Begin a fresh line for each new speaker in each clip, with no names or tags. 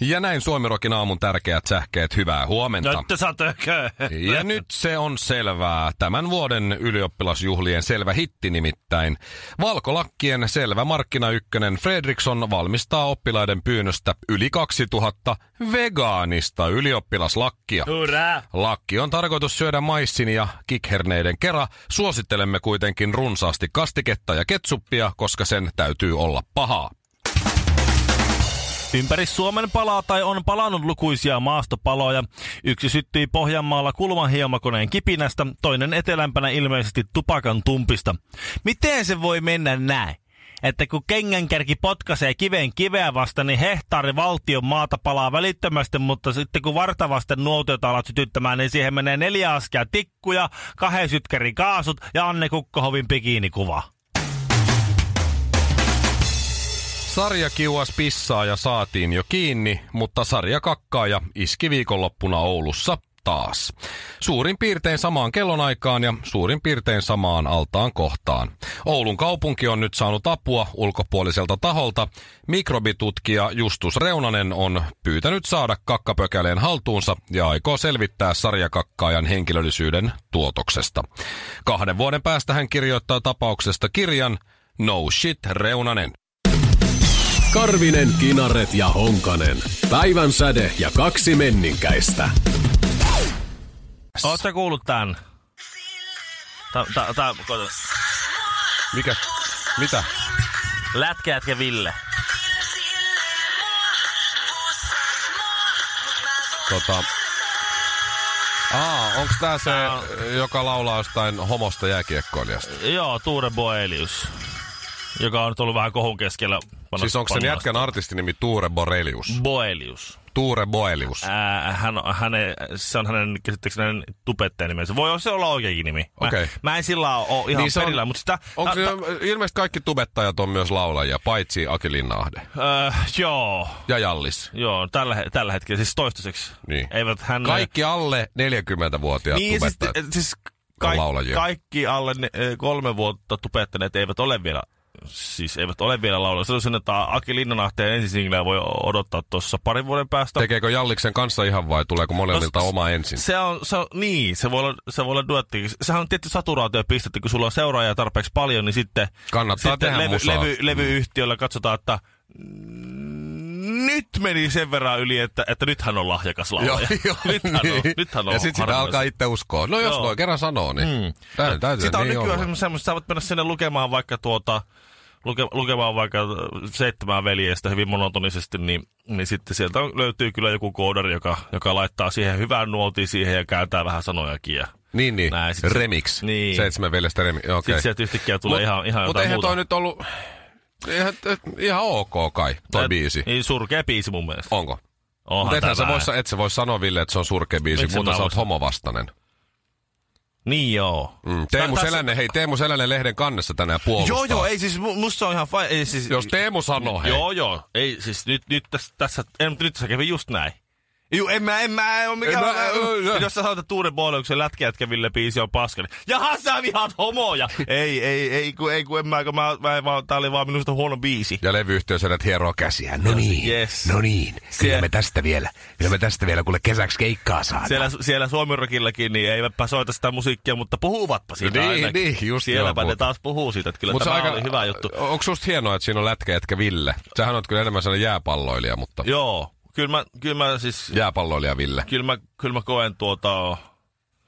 Ja näin Suomirokin aamun tärkeät sähkeet, hyvää huomenta.
Nyt satökö?
Ja nyt se on selvää. Tämän vuoden ylioppilasjuhlien selvä hitti nimittäin. Valkolakkien selvä markkina ykkönen Fredriksson valmistaa oppilaiden pyynnöstä yli 2000 vegaanista ylioppilaslakkia.
Hurraa!
Lakki on tarkoitus syödä maissin ja kikherneiden kera. Suosittelemme kuitenkin runsaasti kastiketta ja ketsuppia, koska sen täytyy olla pahaa.
Ympäri Suomen palaa tai on palannut lukuisia maastopaloja. Yksi syttyi Pohjanmaalla kulman hiemakoneen kipinästä, toinen etelämpänä ilmeisesti tupakan tumpista. Miten se voi mennä näin? että kun kengänkärki potkaisee kiveen kiveä vasta, niin hehtaari valtion maata palaa välittömästi, mutta sitten kun vartavasten nuotiota alat sytyttämään, niin siihen menee neljä askia tikkuja, kahden sytkärin kaasut ja Anne Kukkohovin bikiinikuva.
Sarjakiuas pissaa ja saatiin jo kiinni, mutta sarja kakkaa ja iski viikonloppuna Oulussa taas. Suurin piirtein samaan kellonaikaan ja suurin piirtein samaan altaan kohtaan. Oulun kaupunki on nyt saanut apua ulkopuoliselta taholta. Mikrobitutkija Justus Reunanen on pyytänyt saada kakkapökäleen haltuunsa ja aikoo selvittää sarjakakkaajan henkilöllisyyden tuotoksesta. Kahden vuoden päästä hän kirjoittaa tapauksesta kirjan No Shit Reunanen.
Karvinen, Kinaret ja Honkanen. Päivän säde ja kaksi menninkäistä.
Oletko kuullut tän? Tää, tää, tää, koota.
Mikä? Mitä?
Lätkäätkä Ville.
Tota... Aa, onks tää se,
Tää on-
joka laulaa jostain homosta jääkiekkoilijasta?
Joo, Tuure Boelius. Joka on nyt ollut vähän kohun keskellä. Panna-
Siis onko sen
panna-
jätkän artistinimi Tuure Borelius?
Boelius.
Tuure Boelius.
Ää, hän, on- häne, se on hänen käsittääkseni hänen tubettajan nimensä. Voi se olla oikeakin nimi. Mä,
Okei.
mä en sillä ole ihan
Niin
niin
se on-
perillä, mutta sitä...
Onko
ta-
se,
ta-
ilmeisesti kaikki tubettajat on myös laulajia, paitsi Aki Linnahde
Öö, joo,
ja Jallis.
joo tällä, he- tällä hetkellä, siis toistaiseksi.
Niin.
Eivät hän...
Kaikki alle 40-vuotiaat
niin, siis,
tubettajat.
siis kaik,
laulajia.
kaikki alle ne, ö, kolme vuotta tubettaneet eivät ole vielä siis eivät ole vielä laulajia. Se on sen, että Aki Linnanahteen ensisingleä voi odottaa tuossa parin vuoden päästä.
Tekeekö Jalliksen kanssa ihan vai tuleeko molemmilta
No, s-
oma ensin?
Se on, se on, niin, se voi olla, se voi olla duetti. Sehän on tietty saturaatiopiste, että kun sulla on seuraajia tarpeeksi paljon, niin sitten,
Kannattaa
sitten
tehdä
levy,
musaa. Mm.
levy, levyyhtiöllä katsotaan, että nyt meni sen verran yli, että, että nythän on lahjakas
Joo,
laulaja.
joo,
nythän, on,
niin.
nythän on
Ja sitten sitä
harvinaisen-
alkaa itse uskoa. No jos
Joo.
noin kerran sanoo, niin mm. täytyy, täytyy
Sitä on
niin
nykyään
olla.
semmoista, semmoista, sä voit mennä sinne lukemaan vaikka tuota, luke, lukemaan vaikka äh, seitsemää veljeistä hyvin monotonisesti, niin, niin sitten sieltä on- löytyy kyllä joku koodari, joka, joka laittaa siihen hyvän nuotin siihen ja kääntää vähän sanojakin. Ja
Niin, niin.
Näin, sit-
remix.
Niin.
Seitsemän veljestä remix. Okei.
sitten sieltä yhtäkkiä tulee ihan, ihan
Mutta
jotain
eihän
muuta.
toi nyt ollut... Eihän, et, ihan ok kai, toi
Et-
biisi.
Niin, surkea biisi mun mielestä.
Onko?
Onhan
Mutta ethän
tää
sä voi,
vähän.
sa- et sä voi sanoa Ville, että se on surkea biisi,
Miksi
mutta
mä
sä oot
voisin?
homovastainen.
Niin joo.
Mm. Teemu
Tää- tässä-
Selänne, hei Teemu Selänne lehden kannessa tänään puolustaa.
Joo joo, ei siis, mu- musta on ihan... Fa- ei, siis,
Jos Teemu sanoo, No hei.
Joo, joo. Ei, siis nyt, nyt tässä, tässä, en, nyt tässä kävi just näin. Juu, en mä, en mä, en ole mikään...
En mä, en- en-
Jos sä sanoit, että Tuure Booliuksen lätkäjätkäville biisi on paska, niin jaha sä vihaat homoja! ei, ei, ei, kun, ei, kun en mä, kun mä, mä en vaan, tää oli vaan minusta huono biisi.
Ja levyyhtiö sanoo, että hieroo käsiä. No niin,
Yes.
no niin. Kyllä
Sie-
me tästä vielä, kyllä me tästä vielä kuule kesäksi keikkaa saadaan.
Siellä, siellä Suomirokillakin, niin eipä soita sitä musiikkia, mutta puhuvatpa siitä
Niin,
ainakin.
niin, just
Sielläpä
joo,
ne
muuta.
taas puhuu siitä, että kyllä Mut tämä aika... oli hyvä juttu.
Onko susta hienoa, että siinä on lätkä jätkä Ville? Sähän oot kyllä enemmän sellainen jääpalloilija, mutta
Joo, kyllä mä, kyllä mä siis...
jääpalloilija Ville.
Kyllä mä, kyllä mä koen tuota,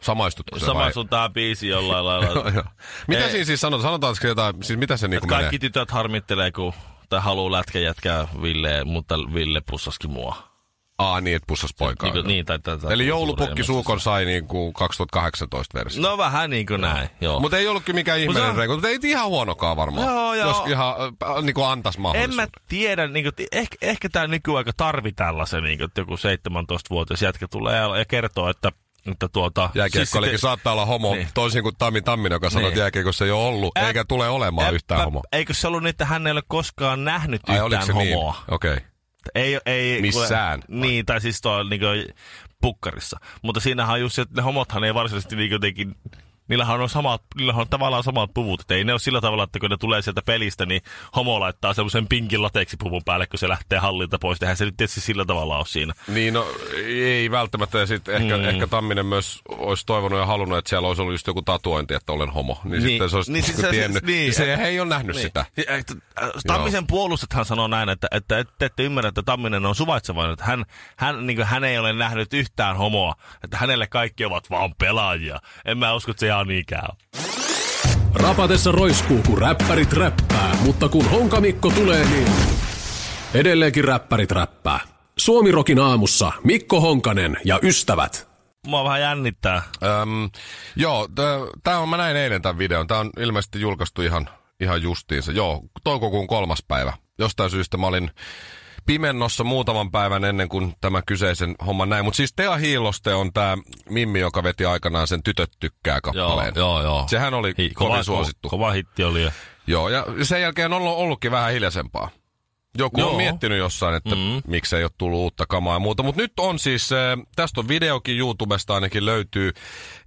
Samaistutko se vai?
sama sun tää biisi jollain
Joo,
lailla.
joo. mitä
Ei.
siinä siis sanotaan? Sanotaanko jotain, siis mitä se niinku
Että
menee?
kaikki tytöt harmittelee, kun tai haluu lätkä jätkää Ville, mutta Ville pussaskin mua.
Aa, niin, että pussas poikaa.
Niin, kuin- niin, tai, tai, tai,
Eli joulupukki suukon sai niin kuin 2018 versio.
No vähän niin kuin näin, joo.
Mutta ei ollut kyllä mikään ihmeinen
se
Mut
on-
reiku, mutta ei ihan huonokaa varmaan.
Joo, joo.
Jos ihan äh, niin kuin antaisi
en
mahdollisuuden.
mä tiedä, niin kuin, ehkä, ehkä tämä nykyaika tarvii tällaisen, niin kuin, että joku 17-vuotias jätkä tulee ja, ja kertoo, että Että tuota,
Jääkiekko siis
sitten-
saattaa olla homo, niin.
Niin.
toisin kuin Tami Tamminen, joka sanoi,
Niin.
että jääkiekossa ei ole ollut,
Ä-
eikä tule olemaan
Äppä-
yhtään homo.
Eikö se ollut niin, että hän ei ole koskaan nähnyt
Ai oliko se
yhtään homoa?
niin? Okei. Okay.
Ei, ei,
Missään.
Kun, niin, tai siis tuo niin kuin, pukkarissa. Mutta siinähän on just se, että ne homothan ei varsinaisesti niin jotenkin... Niillähän on, samat, niillähän on tavallaan samat puvut. Et ei ne ole sillä tavalla, että kun ne tulee sieltä pelistä, niin homo laittaa semmoisen pinkin lateksipuvun päälle, kun se lähtee hallilta pois. Eihän se nyt tietysti sillä tavalla ole siinä.
Niin, no ei välttämättä. Ja sit ehkä, mm. ehkä Tamminen myös olisi toivonut ja halunnut, että siellä olisi ollut just joku tatuointi, että olen homo. Niin, niin. sitten se olisi niin, siis
se-
tiennyt. Se,
niin.
niin. se ei ole nähnyt niin. sitä.
Si- et- äh, Tammisen puolustathan sanoo näin, että, että et- te ette ymmärrä, että Tamminen on suvaitsevainen. Että hän, hän, niin hän ei ole nähnyt yhtään homoa. Että hänelle kaikki ovat vaan pelaajia. En mä usko, että se niin ihan niinkään on.
Rapatessa roiskuu, kun räppärit räppää, mutta kun Honkamikko tulee, niin edelleenkin räppärit räppää. Suomirokin aamussa Mikko Honkanen ja ystävät.
Mua vähän jännittää.
Öm, joo, tämä on, mä näin eilen tämän videon. Tämä on ilmeisesti julkaistu ihan, ihan justiinsa. Joo, toukokuun kolmas päivä. Jostain syystä mä olin pimennossa muutaman päivän ennen kuin tämä kyseisen homman näin. Mutta siis Tea Hiiloste on tämä Mimmi, joka veti aikanaan sen Tytöt tykkää kappaleen.
joo, joo.
Sehän oli Hi, kovin
kova,
suosittu.
Kova hitti oli. jo.
Joo, ja sen jälkeen on ollut- ollutkin vähän hiljaisempaa. Joku Joo. on
Joo.
miettinyt jossain, että mm. miksei ole tullut uutta kamaa ja muuta. Mutta nyt on siis, äh, tästä on videokin YouTubesta ainakin löytyy,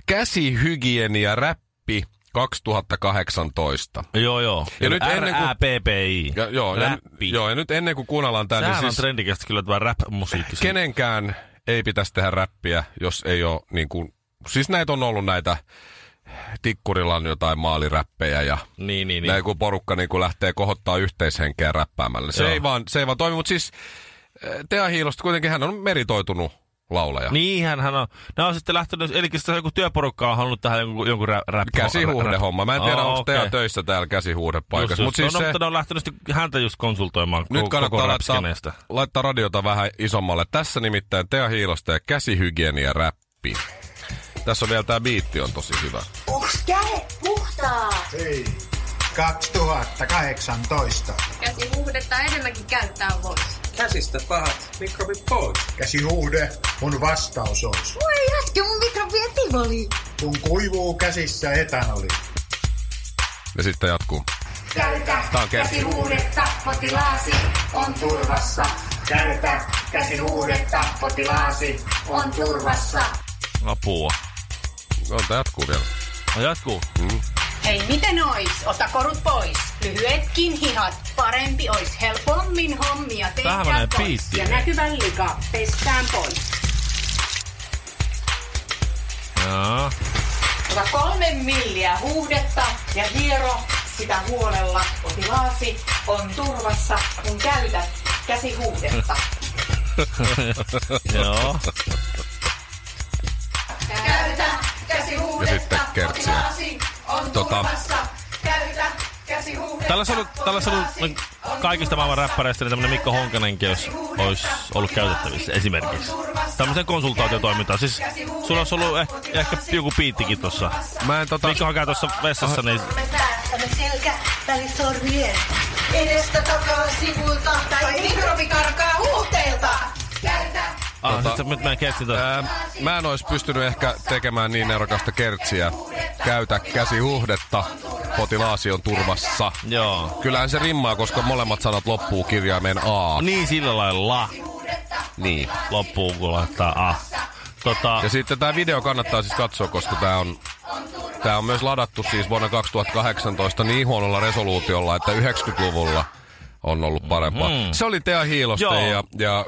käsihygienia räppi 2018.
Joo, joo.
Ja nyt ennen kuin-
R-A-P-P-I.
Ja, joo, ja,
Räppi.
joo, ja nyt ennen kuin kuunnellaan tämä,
Sehän
niin
on
siis
trendikästä kyllä tämä rap-musiikki.
kenenkään ei pitäisi tehdä räppiä, jos ei ole niin kuin... Siis näitä on ollut näitä, Tikkurilla on jotain maaliräppejä ja
Niin, niin,
niin.
niin.
näin kun porukka niin kun lähtee kohottaa yhteishenkeä räppäämällä. Se
Joo.
ei, vaan, se ei vaan toimi, mutta siis äh, Tea Hiilosta kuitenkin hän on meritoitunut laulaja.
Niinhän hän on. Ne on sitten lähtenyt, eli sitten joku työporukka on halunnut tähän jonkun, jonkun rä, rä,
Käsihuhdehomma. Mä en tiedä, oh, onko
Ah, okei.
Tea töissä täällä
Just,
käsihuudepaikassa.
just.
Mutta siis
no,
se,
mutta ne on lähtenyt sitten häntä just konsultoimaan
nyt
ko-
kannattaa
koko
laittaa,
räpskeneestä.
laittaa radiota vähän isommalle. Tässä nimittäin Tea Hiilosta ja käsihygienia räppi. Tässä on vielä tää biitti on tosi hyvä.
Onks kädet puhtaa?
Ei. 2018.
Käsihuhdetta enemmänkin käyttää voisi.
Käsistä pahat mikrobit pois.
Käsihuude on vastaus olisi.
Voi jätkä, mun niin mikrofi etivoli.
Kun kuivuu käsissä etanoli.
Ja sitten jatkuu.
Käytä
Tää on kerta.
käsihuudetta, potilaasi on turvassa. Käytä käsihuudetta, potilaasi on turvassa.
Apua.
No, tää jatkuu vielä.
No jatkuu.
Mm.
Hei, miten ois? Ota korut pois. Lyhyetkin hihat. Parempi ois helpommin hommia
Tähän
tehdä
menee
pois.
biitti.
Ja näkyvän lika pestään pois.
Jaa.
Ota kolme milliä huuhdetta ja hiero sitä huolella. Potilaasi on turvassa, kun käytät käsihuudetta.
Joo.
Käytä
Ja sitten kertsiä. Tota,
Tällä olisi ollut, tällä olisi ollut niin kaikista maailman räppäreistä niin tämmöinen Mikko Honkanenkin, jos olisi ollut käytettävissä esimerkiksi. Tämmöisen konsultaatiotoimintaan. Siis sulla olisi ollut ehkä, ehkä joku piittikin tuossa.
Mä en tota... Ah,
Mikko käy tuossa vessassa, niin
Me päästämme selkä välisormien. Edestä takaa sivulta tai mikrobi karkaa huuteilta. Käytä
ah,
Tota- Ähm.
tota, sit, nyt mä en keksin tuossa.
Ää, mä en olisi pystynyt ehkä tekemään niin nerokasta kertsiä. Käytä käsihuhdetta, potilaasi on turvassa.
Joo.
Kyllähän se rimmaa, koska molemmat sanat loppuu kirjaimeen A.
Niin sillä lailla.
Niin.
Loppuun kun laittaa ah. Tota,
Ja sitten tämä video kannattaa siis katsoa, koska tämä on, tää on myös ladattu siis vuonna 2018 niin huonolla resoluutiolla, että 90-luvulla on ollut parempaa. Mm. Se oli Tea
Mhm. Joo.
Hiiloste ja, ja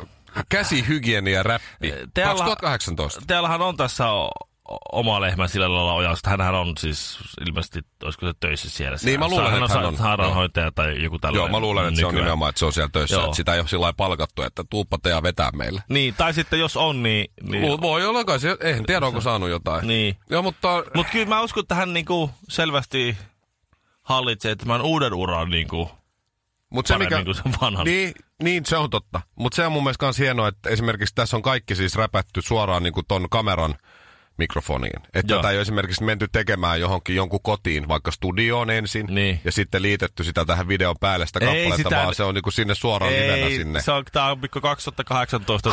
käsihygienia räppi.
Tealla-
2018.
Täällähän on tässä o- o- oma lehmä sillä lailla ojasta. Hänhän on siis ilmeisesti, olisiko se töissä siellä?
Niin, mä luulen,
hän
että hän on.
sairaanhoitaja tai joku tällainen.
Joo, mä luulen, että se on
nykyään.
nimenomaan, että se on siellä töissä.
niin Joo.
Että sitä ei ole sillä lailla palkattu, että tuuppa te ja vetää meillä.
Niin, tai sitten jos on, niin... niin
Niin. Voi olla kai se, eihän tiedä, onko saanut jotain.
Niin.
Joo, mutta
Mutta kyllä mä uskon, että hän niinku selvästi hallitsee tämän uuden uran niinku
mut se,
paremmin
mikä,
kuin sen vanhan.
niin, niin, se on totta. Mutta se on mun mielestä myös hienoa, että esimerkiksi tässä on kaikki siis räpätty suoraan niin kuin ton niinku kameran mikrofoniin. Että
Joo.
tätä ei ole esimerkiksi menty tekemään johonkin jonkun kotiin, vaikka studioon ensin,
Niin.
ja sitten liitetty sitä tähän videon päälle sitä
Ei
kappaletta,
sitä-
vaan se on niinku sinne suoraan nimenä sinne.
se on, tää on pikku 2018.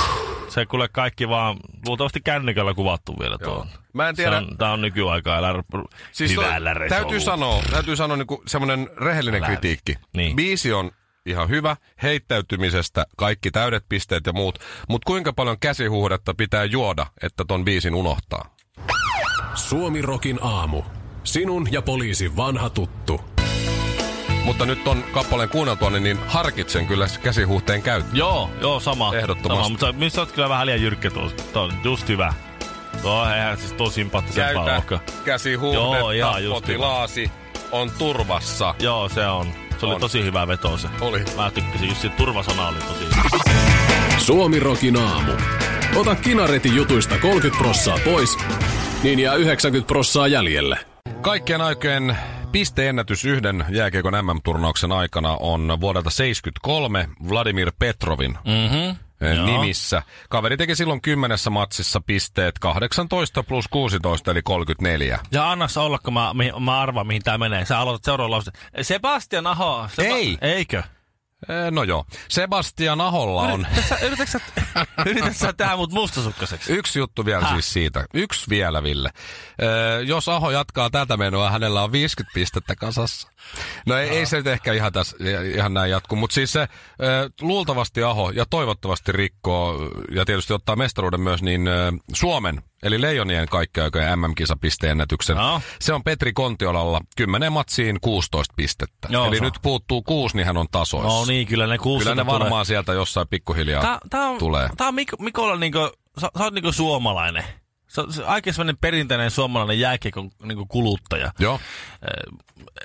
Se kuule kaikki vaan luultavasti kännykällä kuvattu vielä tuo.
Mä en tiedä-
Se on, tää on nykyaikaa, älä r-
Siis toi-
hyvällä
täytyy sanoa, täytyy sanoa niinku semmoinen rehellinen
Älä-
kritiikki.
Niin.
Biisi on ihan hyvä, heittäytymisestä kaikki täydet pisteet ja muut, mutta kuinka paljon käsihuhdetta pitää juoda, että ton biisin unohtaa?
Suomi Rokin aamu. Sinun ja poliisin vanha tuttu.
Mutta nyt on kappaleen kuunneltua, niin harkitsen kyllä käsihuhteen käyttöä.
Joo, joo, sama.
Ehdottomasti.
Sama, mutta sä- missä oot kyllä vähän liian jyrkkä tuossa. Tuo on just hyvä. Tuo on eihän siis tosi sympattisempaa olekaan. Joo,
käsihuhdetta,
ihan just
potilaasi on turvassa.
Joo, se on. Se oli
On.
tosi hyvä veto se.
Oli.
Mä tykkäsin, just se turvasana oli tosi hyvä.
Suomi Rokin aamu. Ota kinaretin jutuista 30 prossaa pois, niin jää 90 prossaa jäljelle.
Kaikkien aikojen pisteennätys yhden jääkiekon MM-turnauksen aikana on vuodelta 73 Vladimir Petrovin
Mhm.
eh,
Joo.
nimissä. Kaveri teki silloin kymmenessä matsissa pisteet 18 plus 16 eli 34.
Ja anna se olla, kun mä, mi- mä arvaan, mihin tää menee. Sä aloitat seuraavan lauseen. Sebastian Aho. Seba-
Ei.
Eikö?
Eh, No joo, Sebastian Aholla on
Yrität sä- Yrität sä, yrität sä tehdä mut mustasukkaseksi?
yksi juttu vielä
Häh?
siis siitä. Yksi vielä, Ville. Eh, Jos Aho jatkaa tätä menoa, hänellä on 50 pistettä kasassa. No ei, ei se nyt ehkä ihan, tässä, ihan näin jatku, mutta siis se eh, luultavasti Aho ja toivottavasti rikkoo ja tietysti ottaa mestaruuden myös niin eh, Suomen, eli Leijonien kaikkiaikojen MM-kisapisteennätyksen.
Joo.
Se on Petri Kontiolalla 10 matsiin 16 pistettä.
Joo,
eli
se on.
nyt puuttuu kuusi, niin hän on tasoissa.
No niin, kyllä ne kuusi.
Kyllä ne varmaan sieltä jossain pikkuhiljaa
Tää, tää on,
tulee.
Tää on Mik- Mikolla niinku, sä, sä oot niinku suomalainen. Sä, sä aika semmonen perinteinen suomalainen jääkiekon niinku kuluttaja.
Joo.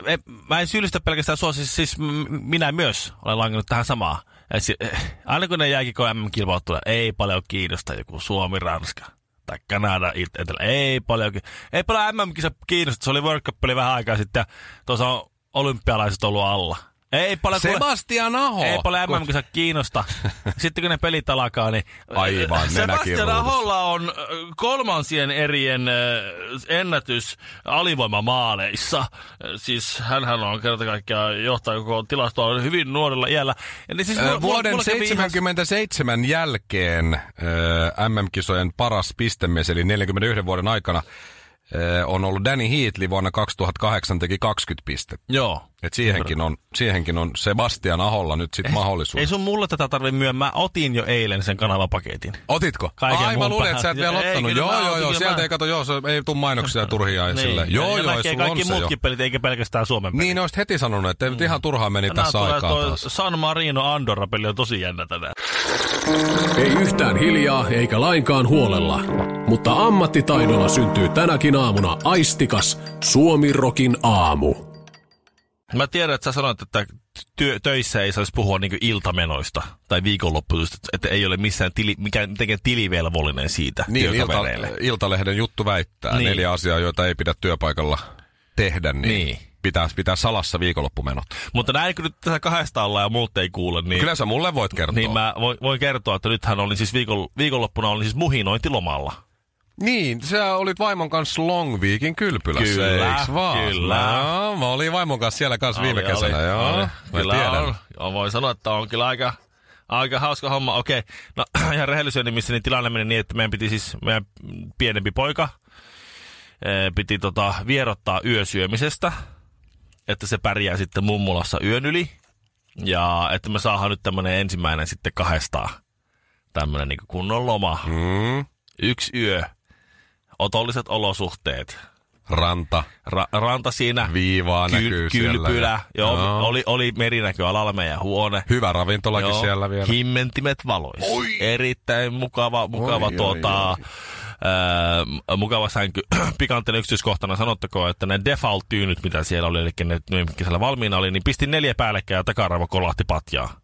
E, mä en syyllistä pelkästään sua, siis, siis m- minä myös olen langannut tähän samaan. Et si- eh, aina kun ne jääkiekon MM-kilpailut tulee, ei paljon kiinnosta joku Suomi, Ranska tai Kanada, It- Etelä, ei paljon, ki- ei paljon MM-kisa kiinnosta, se oli World Cup oli vähän aikaa sitten, ja tuossa on olympialaiset ollut alla. Ei paljon, kuule-
Sebastian Aho.
ei paljon MM-kisa kiinnosta. Sitten kun ne pelit alkaa, niin...
Aivan, nenäkin
Sebastian
ruudussa.
Aholla on ö, kolmansien erien ö, ennätys alivoimamaaleissa. Ö, Siis hänhän on kerta kaikkiaan johtaa koko tilastoa hyvin nuorella iällä. Ja niin siis
Ö,
mulla-
Äh, Vuoden
mulla kävi ihan-
77 jälkeen ö, MM-kisojen paras pistemies, eli 41 vuoden aikana, ö, on ollut Danny Heatley vuonna 2008 teki 20 pistettä.
Joo.
Et siihenkin, on, siihenkin on Sebastian Aholla nyt sitten mahdollisuus.
Eh, Ei sun mulle tätä tarvi myö, mä otin jo eilen sen kanavapaketin.
Otitko?
Kaiken
Ai mä
muun
luulen,
päähän.
että sä et vielä
Ei,
ottanut.
kyllä
joo,
mä
joo,
otin,
joo,
kyllä
sieltä
mä-
ei kato, joo, se ei tuu mainoksia ja turhia ja silleen. Joo,
Niin. ja
joo, ei
näkee
sulla on
kaikki
se jo.
muutkin pelit, eikä pelkästään Suomen pelit.
Niin, ne olisit heti sanonut, että nyt ihan turhaa meni
Tänään
tässä
tulee
aikaa
toi
taas.
San Marino Andorra-peli on tosi jännä tänään.
Ei yhtään hiljaa eikä lainkaan huolella, mutta ammattitaidolla syntyy tänäkin aamuna aistikas Suomi Rokin aamu.
Mä tiedän, että sä sanoit, että työ, töissä ei saisi puhua niinku iltamenoista tai viikonloppuista, että ei ole missään tili, mikä, mitenkään tilivelvollinen siitä
Niin, ilta,
työkavereille.
Iltalehden juttu väittää niin.
Niin.
neljä asiaa, joita ei pidä työpaikalla tehdä, niin, niin.
Niin.
pitää, pitää salassa viikonloppumenot.
Mutta näin kun nyt tässä kahdesta ollaan ja muut ei kuule, niin,
Kyllä sä mulle voit kertoa.
niin mä voin, voin kertoa, että nythän olin siis viikon, viikonloppuna olin siis muhinointilomalla.
niin, sä olit vaimon kanssa Long Weekin kylpylässä,
Kyllä,
eiks vaan?
kyllä.
No, mä olin vaimon kanssa siellä kanssa viime
Oli,
kesänä,
oli,
joo.
oli.
Mä
Kyllä
tiedän.
on. Joo, voin sanoa, että on kyllä aika, aika hauska homma. Okei, no ihan rehellisyyden nimissä niin tilanne meni niin, että meidän piti siis, meidän pienempi poika eh, piti tota, vierottaa yösyömisestä, että se pärjää sitten mummolassa yön yli. Ja että me saadaan nyt tämmönen ensimmäinen sitten kahdestaan tämmönen niin kunnon loma.
Mm,
Yksi yö, otolliset olosuhteet,
ranta,
Ra- ranta siinä,
viivaa näkyy
Kyl,
siellä.
kylpylä, joo,
Joo.
Oli, oli merinäköalalla meidän huone.
Hyvä ravintolakin
Joo,
siellä vielä.
Himmentimet valoissa.
Oi!
Erittäin mukava, mukava,
Oi, oi,
tuota, ää, mukava sänky. Pikanttinen yksityiskohtana sanottakoon, että ne default-tyynyt, mitä siellä oli, eli ne, ne, mitkä siellä valmiina oli, niin pistin neljä päällekkäin ja takaraivo kolahti patjaa.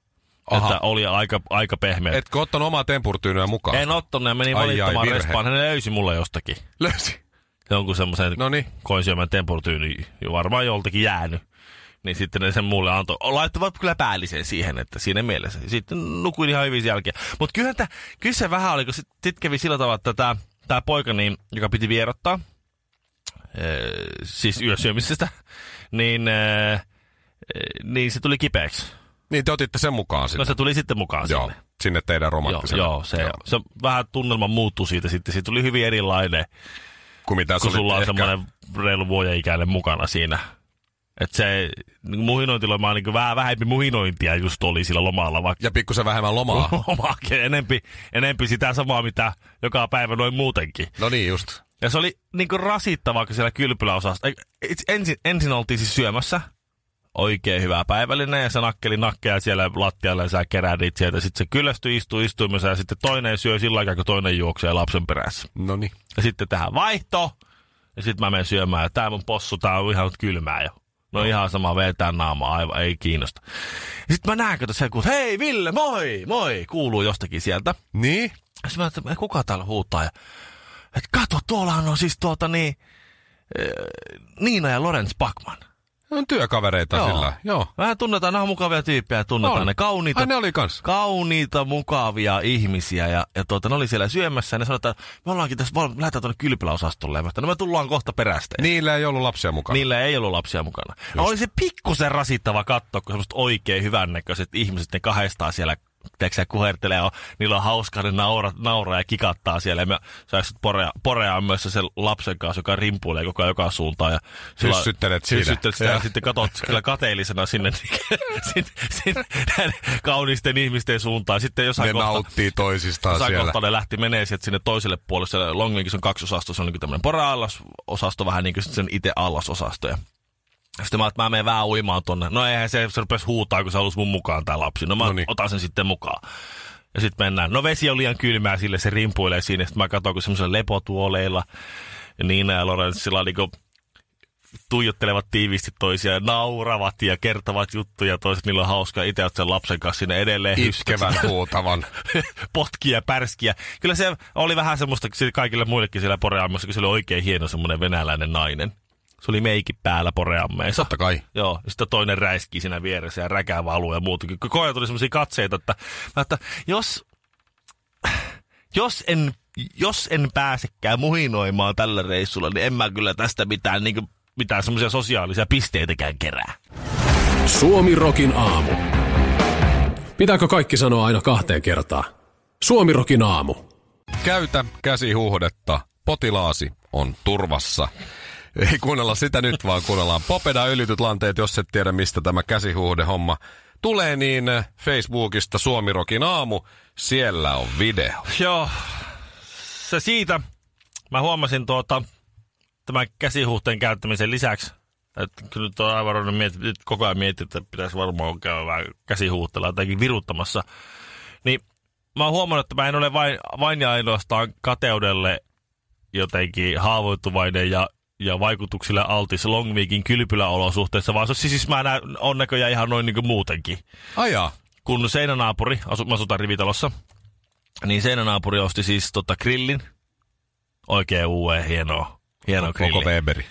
Aha.
Että oli aika, aika pehmeä.
Etkö ottanut omaa tempurtyynyä mukaan?
en ottanut ja meni
Ai, ai,
valittamaan
virhe.
respaan. Hän löysi mulle jostakin
Löysi.
jonkun semmoisen
No niin.
koin syömään tempurtyyni, varmaan joltakin jäänyt. Niin sitten ne sen mulle antoi. Laittoivat kyllä päälliseen siihen, että siinä mielessä. Sitten nukuin ihan hyvin sen jälkeen. Mutta kyllähän tää, kyllä se vähän oli, kun sitten sit kävi sillä tavalla, että tämä tämä poika, niin, joka piti vierottaa, öö, siis yösyömisestä, niin, öö, niin se tuli kipeäksi.
Niin te otitte sen mukaan
No
sinne.
se tuli sitten mukaan
joo,
sinne.
sinne teidän
Joo,
romanttiselle.
joo, se, joo. se vähän tunnelma muuttui siitä sitten. Siitä tuli hyvin erilainen,
Kun mitä
kun
sä
sulla on
olit ehkä-
semmoinen reilu vuoden ikäinen mukana siinä. Että se niin muhinointilomaa, niin vähän vähempi muhinointia just oli sillä lomalla, vaikka
Ja pikkusen vähemmän lomaa.
omaakin enempi, enempi sitä samaa, mitä joka päivä noin muutenkin.
no niin just.
Ja se oli niinku rasittavaa, kun siellä kylpyläosasta. ei, itse- Ensin, ensin oltiin siis syömässä oikein hyvää päivällinen ja se nakkeli nakkeja siellä lattialle ja sä kerää niitä sieltä. Sitten se kyllästyi, istuu istuimessa ja sitten toinen syö sillä aikaa, kun toinen juoksee lapsen perässä.
No niin.
Ja sitten tähän vaihto. Ja sitten mä menen syömään. Ja tää mun possu, tää on ihan kylmää jo. No ihan sama, vetää naamaa, aivan ei kiinnosta. Sitten mä näen, kato se, kun hei Ville, moi, moi, kuuluu jostakin sieltä.
Niin?
Ja Sitten mä ajattelin, että kuka täällä huutaa. Ja, että kato, tuollahan on siis tuota niin, eh, Niina ja Lorenz Pakman.
On työkavereita sillä. Joo.
Vähän tunnetaan, nämä on mukavia tyyppejä, tunnetaan
On.
ne kauniita.
Ai ne oli kans.
Kauniita, mukavia ihmisiä ja, ja tuota, ne oli siellä syömässä ja ne sanoi, että me ollaankin tässä, val- lähdetään tuonne kylpiläosastolle. Ja mä sanoin, no me tullaan kohta perästä.
Niillä ei ollut lapsia mukana.
Niillä ei ollut lapsia mukana. Ja oli se pikkusen rasittava katsoa, kun semmoiset oikein hyvännäköiset ihmiset, ne kahdestaan siellä tiedätkö, sä, kuhertelee, on, niillä on hauskaa, ne naura, nauraa ja kikattaa siellä. Ja me säästyt porea, porea on myös sen lapsen kanssa, joka rimpuilee koko ajan joka suuntaan. Ja sillä-
Hyssyttelet siinä.
Hyssyttelet sitä ja
Joo.
sitten katot kyllä kateellisena sinne, sinne, sinne näiden kaunisten ihmisten suuntaan. Sitten jossain
ne
kohtaa,
nauttii toisistaan
Jossain
siellä.
kohtaa ne lähti menee sieltä sinne toiselle puolelle. Siellä Longlinkin on kaksi osastoa. Se on niin tämmöinen pora-allasosasto, vähän niin kuin sit sen itse allasosasto. Ja sitten mä, oon, että mä menen vähän uimaan tonne. No eihän se, se rupesi huutaa, kun se halusi mun mukaan tämä lapsi. No mä
Noniin.
otan sen sitten mukaan. Ja sitten mennään. No vesi on liian kylmää sille, se rimpuilee siinä. Sitten mä katson, kun semmoisella lepotuoleilla Niina ja Lorenzilla niin tuijottelevat tiiviisti toisiaan, ja nauravat ja kertovat juttuja toiset, niillä on hauskaa. Itse oot sen lapsen kanssa siinä edelleen
Itkevän huutavan.
potkia, pärskiä. Kyllä se oli vähän semmoista sille kaikille muillekin siellä poreammassa, kun se oli oikein hieno semmoinen venäläinen nainen. Se oli meikki päällä poreammeessa.
Totta kai.
Joo, ja sitten toinen räiski siinä vieressä ja räkää valuu ja muuta. Kyllä Koko ajan tuli semmoisia katseita, että, mä että jos, jos, en, jos en pääsekään muhinoimaan tällä reissulla, niin en mä kyllä tästä mitään, niin kuin, mitään semmoisia sosiaalisia pisteitäkään kerää.
Suomi Rokin aamu. Pitääkö kaikki sanoa aina kahteen kertaan? Suomi Rokin aamu.
Käytä käsihuhdetta. Potilaasi on turvassa. Ei kuunnella sitä nyt, vaan kuunnellaan Popeda ylityt lanteet, jos et tiedä mistä tämä käsihuhdehomma tulee, niin Facebookista Suomirokin aamu, siellä on video.
Joo, se siitä. Mä huomasin tuota, tämän käsihuhteen käyttämisen lisäksi, että kyllä nyt on aivan ruvennut mietti, nyt koko ajan mietin, että pitäisi varmaan käydä vähän käsihuhteella jotenkin viruttamassa. Niin mä oon huomannut, että mä en ole vain, vain ja ainoastaan kateudelle jotenkin haavoittuvainen ja ja vaikutuksille altis Longweekin kylpyläolosuhteissa, vaan se on siis siis mä näen, on näköjään ihan noin niin kuin muutenkin
Ajaa.
kun seinänaapuri, asu, mä asutaan rivitalossa, niin seinänaapuri osti siis tota grillin. Oikein uue, hieno, hieno grilli.
Koko Weberi.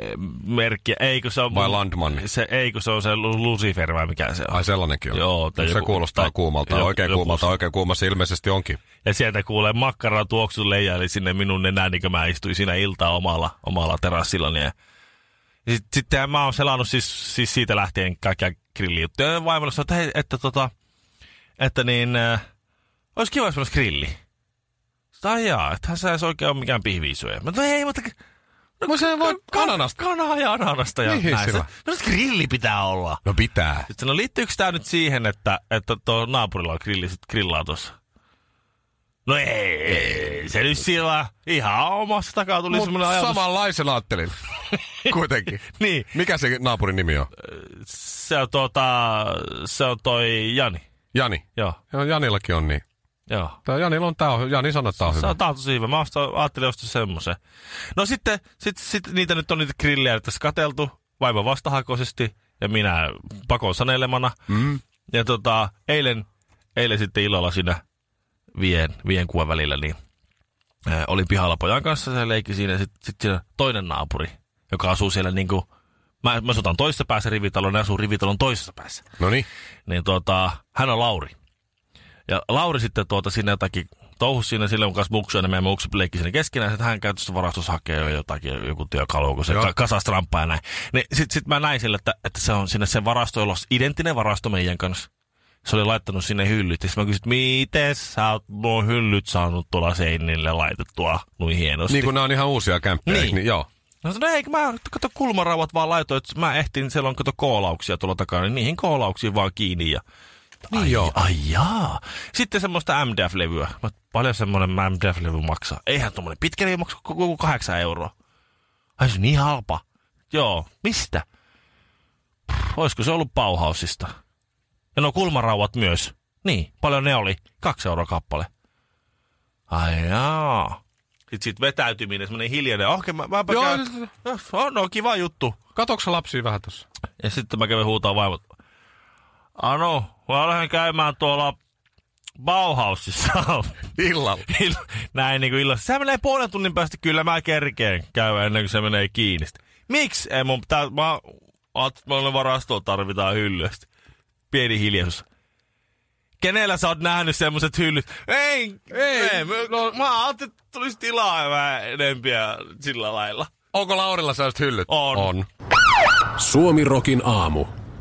Eh, Merkki, ei kun se on...
Vai Landman?
Se, ei kun se on se Lu- Lucifer vai mikä se on.
Ai sellainenkin on.
Joo, tai
se
joku-
kuulostaa
tai-
kuumalta,
joku-
oikein
joku-
kuumalta, oikein kuumassa ilmeisesti onkin.
Ja sieltä kuulee makkaran tuoksu leijaili sinne minun nenään, niin kuin mä istuin siinä iltaa omalla, omalla terassillani. Ja sit- sitten mä oon selannut siis, siis siitä lähtien kaikkia grillijuttuja. Ja vaimolle sanoi, että, hei, että, tota, että niin, äh, olisi kiva, jos olisi grilli. Sitä ajaa, ethän sä edes oikein ole mikään pihvisyöjä. Mä sanoin, ei, mutta
No se voi kananasta. Niin,
kanaa ja ananasta ja
Mihin
näin.
sillä?
No nyt grilli pitää olla.
No pitää.
Sitten no liittyykö tämä nyt siihen, että, että tuo naapurilla on grilli, sit grillaa tuossa? No ei, ei, se nyt sillä ihan omassa takaa tuli
Mutta
semmoinen ajatus.
samanlaisen ajattelin. Kuitenkin.
Niin,
Mikä se naapurin nimi on?
se on, tuota, se on toi Jani.
Jani.
Joo,
Joo, Janillakin on niin.
joo.
Tää Janilla on, tää on, Jani sanoo, että tää on
Se
hyvä.
on taas tosi hyvä. Mä ostan, ajattelin ostaa semmoisen. No sitten sit, sit, niitä nyt on niitä grillejä nyt tässä kateltu, vaimo vastahakoisesti ja minä pakon sanelemana. Mm. Ja tota, eilen, eilen sitten illalla siinä vien, vien kuvan välillä, niin ää, olin pihalla pojan kanssa, se leikki siinä, sitten sit siinä toinen naapuri, joka asuu siellä niinku, mä, mä asutan toisessa päässä rivitalon, ne asuu rivitalon toisessa päässä
No niin.
tota, niin tuota, hän on Lauri. Ja Lauri sitten tuota sinne jotakin touhu siinä silloin, kun kanssa muksu ja meidän muksu leikki siinä keskenään, että hän käytöstä varastossa hakee jo jotakin, joku työkalu, kun se
Joo.
ka- kasas tramppaa ja näin. Niin sit, sit mä näin sillä, että, että se on siinä se varasto, jolla on identtinen varasto meidän kanssa. Se oli laittanut sinne hyllyt. Ja sit mä kysyin, että miten sä oot nuo hyllyt saanut tuolla seinille laitettua noin hienosti.
Niin kun nämä on ihan uusia kämppejä.
Niin.
eikö Niin, joo.
No sanoin, eikö mä kato kulmarauvat vaan laitoin, että mä ehtin, siellä on kato koolauksia tuolla takana, niin niihin koolauksiin vaan kiinni ja...
Niin
ai,
joo.
ai jaa. Sitten semmoista MDF-levyä. Mä, oot, paljon semmoinen MDF-levy maksaa? Eihän tuommoinen pitkä levy maksa koko koko kahdeksan euroa. Ai se on niin halpa. Joo, mistä? Pff, olisiko se ollut Bauhausista? Ja no kulmarauvat myös. Niin, paljon ne oli? Kaksi euroa kappale. Ai jaa. Sitten sit vetäytyminen, semmoinen hiljainen. Oh, okay, mä, mäpä
Joo,
käyn-
nyt-
Joo, on, on kiva juttu.
Katoksa lapsia vähän tuossa?
Ja sitten mä kävin huutaa vaimot. Ano, mä lähden käymään tuolla Bauhausissa.
Illalla.
Ill- Näin niin kuin illassa. Sehän menee puolen tunnin päästä, kyllä mä kerkeen käy ennen kuin se menee kiinni. Sitten, Miksi? Ei mun pitää, mä ajattelin, että mulla varastoa tarvitaan hyllystä. Pieni hiljaisuus. Kenellä sä oot nähnyt semmoset hyllyt? Ei, ei, ei mä, no, mä ajattelin, että tulisi tilaa vähän enempiä sillä lailla.
Onko Laurilla sellaiset hyllyt?
On.
on.
Suomirokin aamu.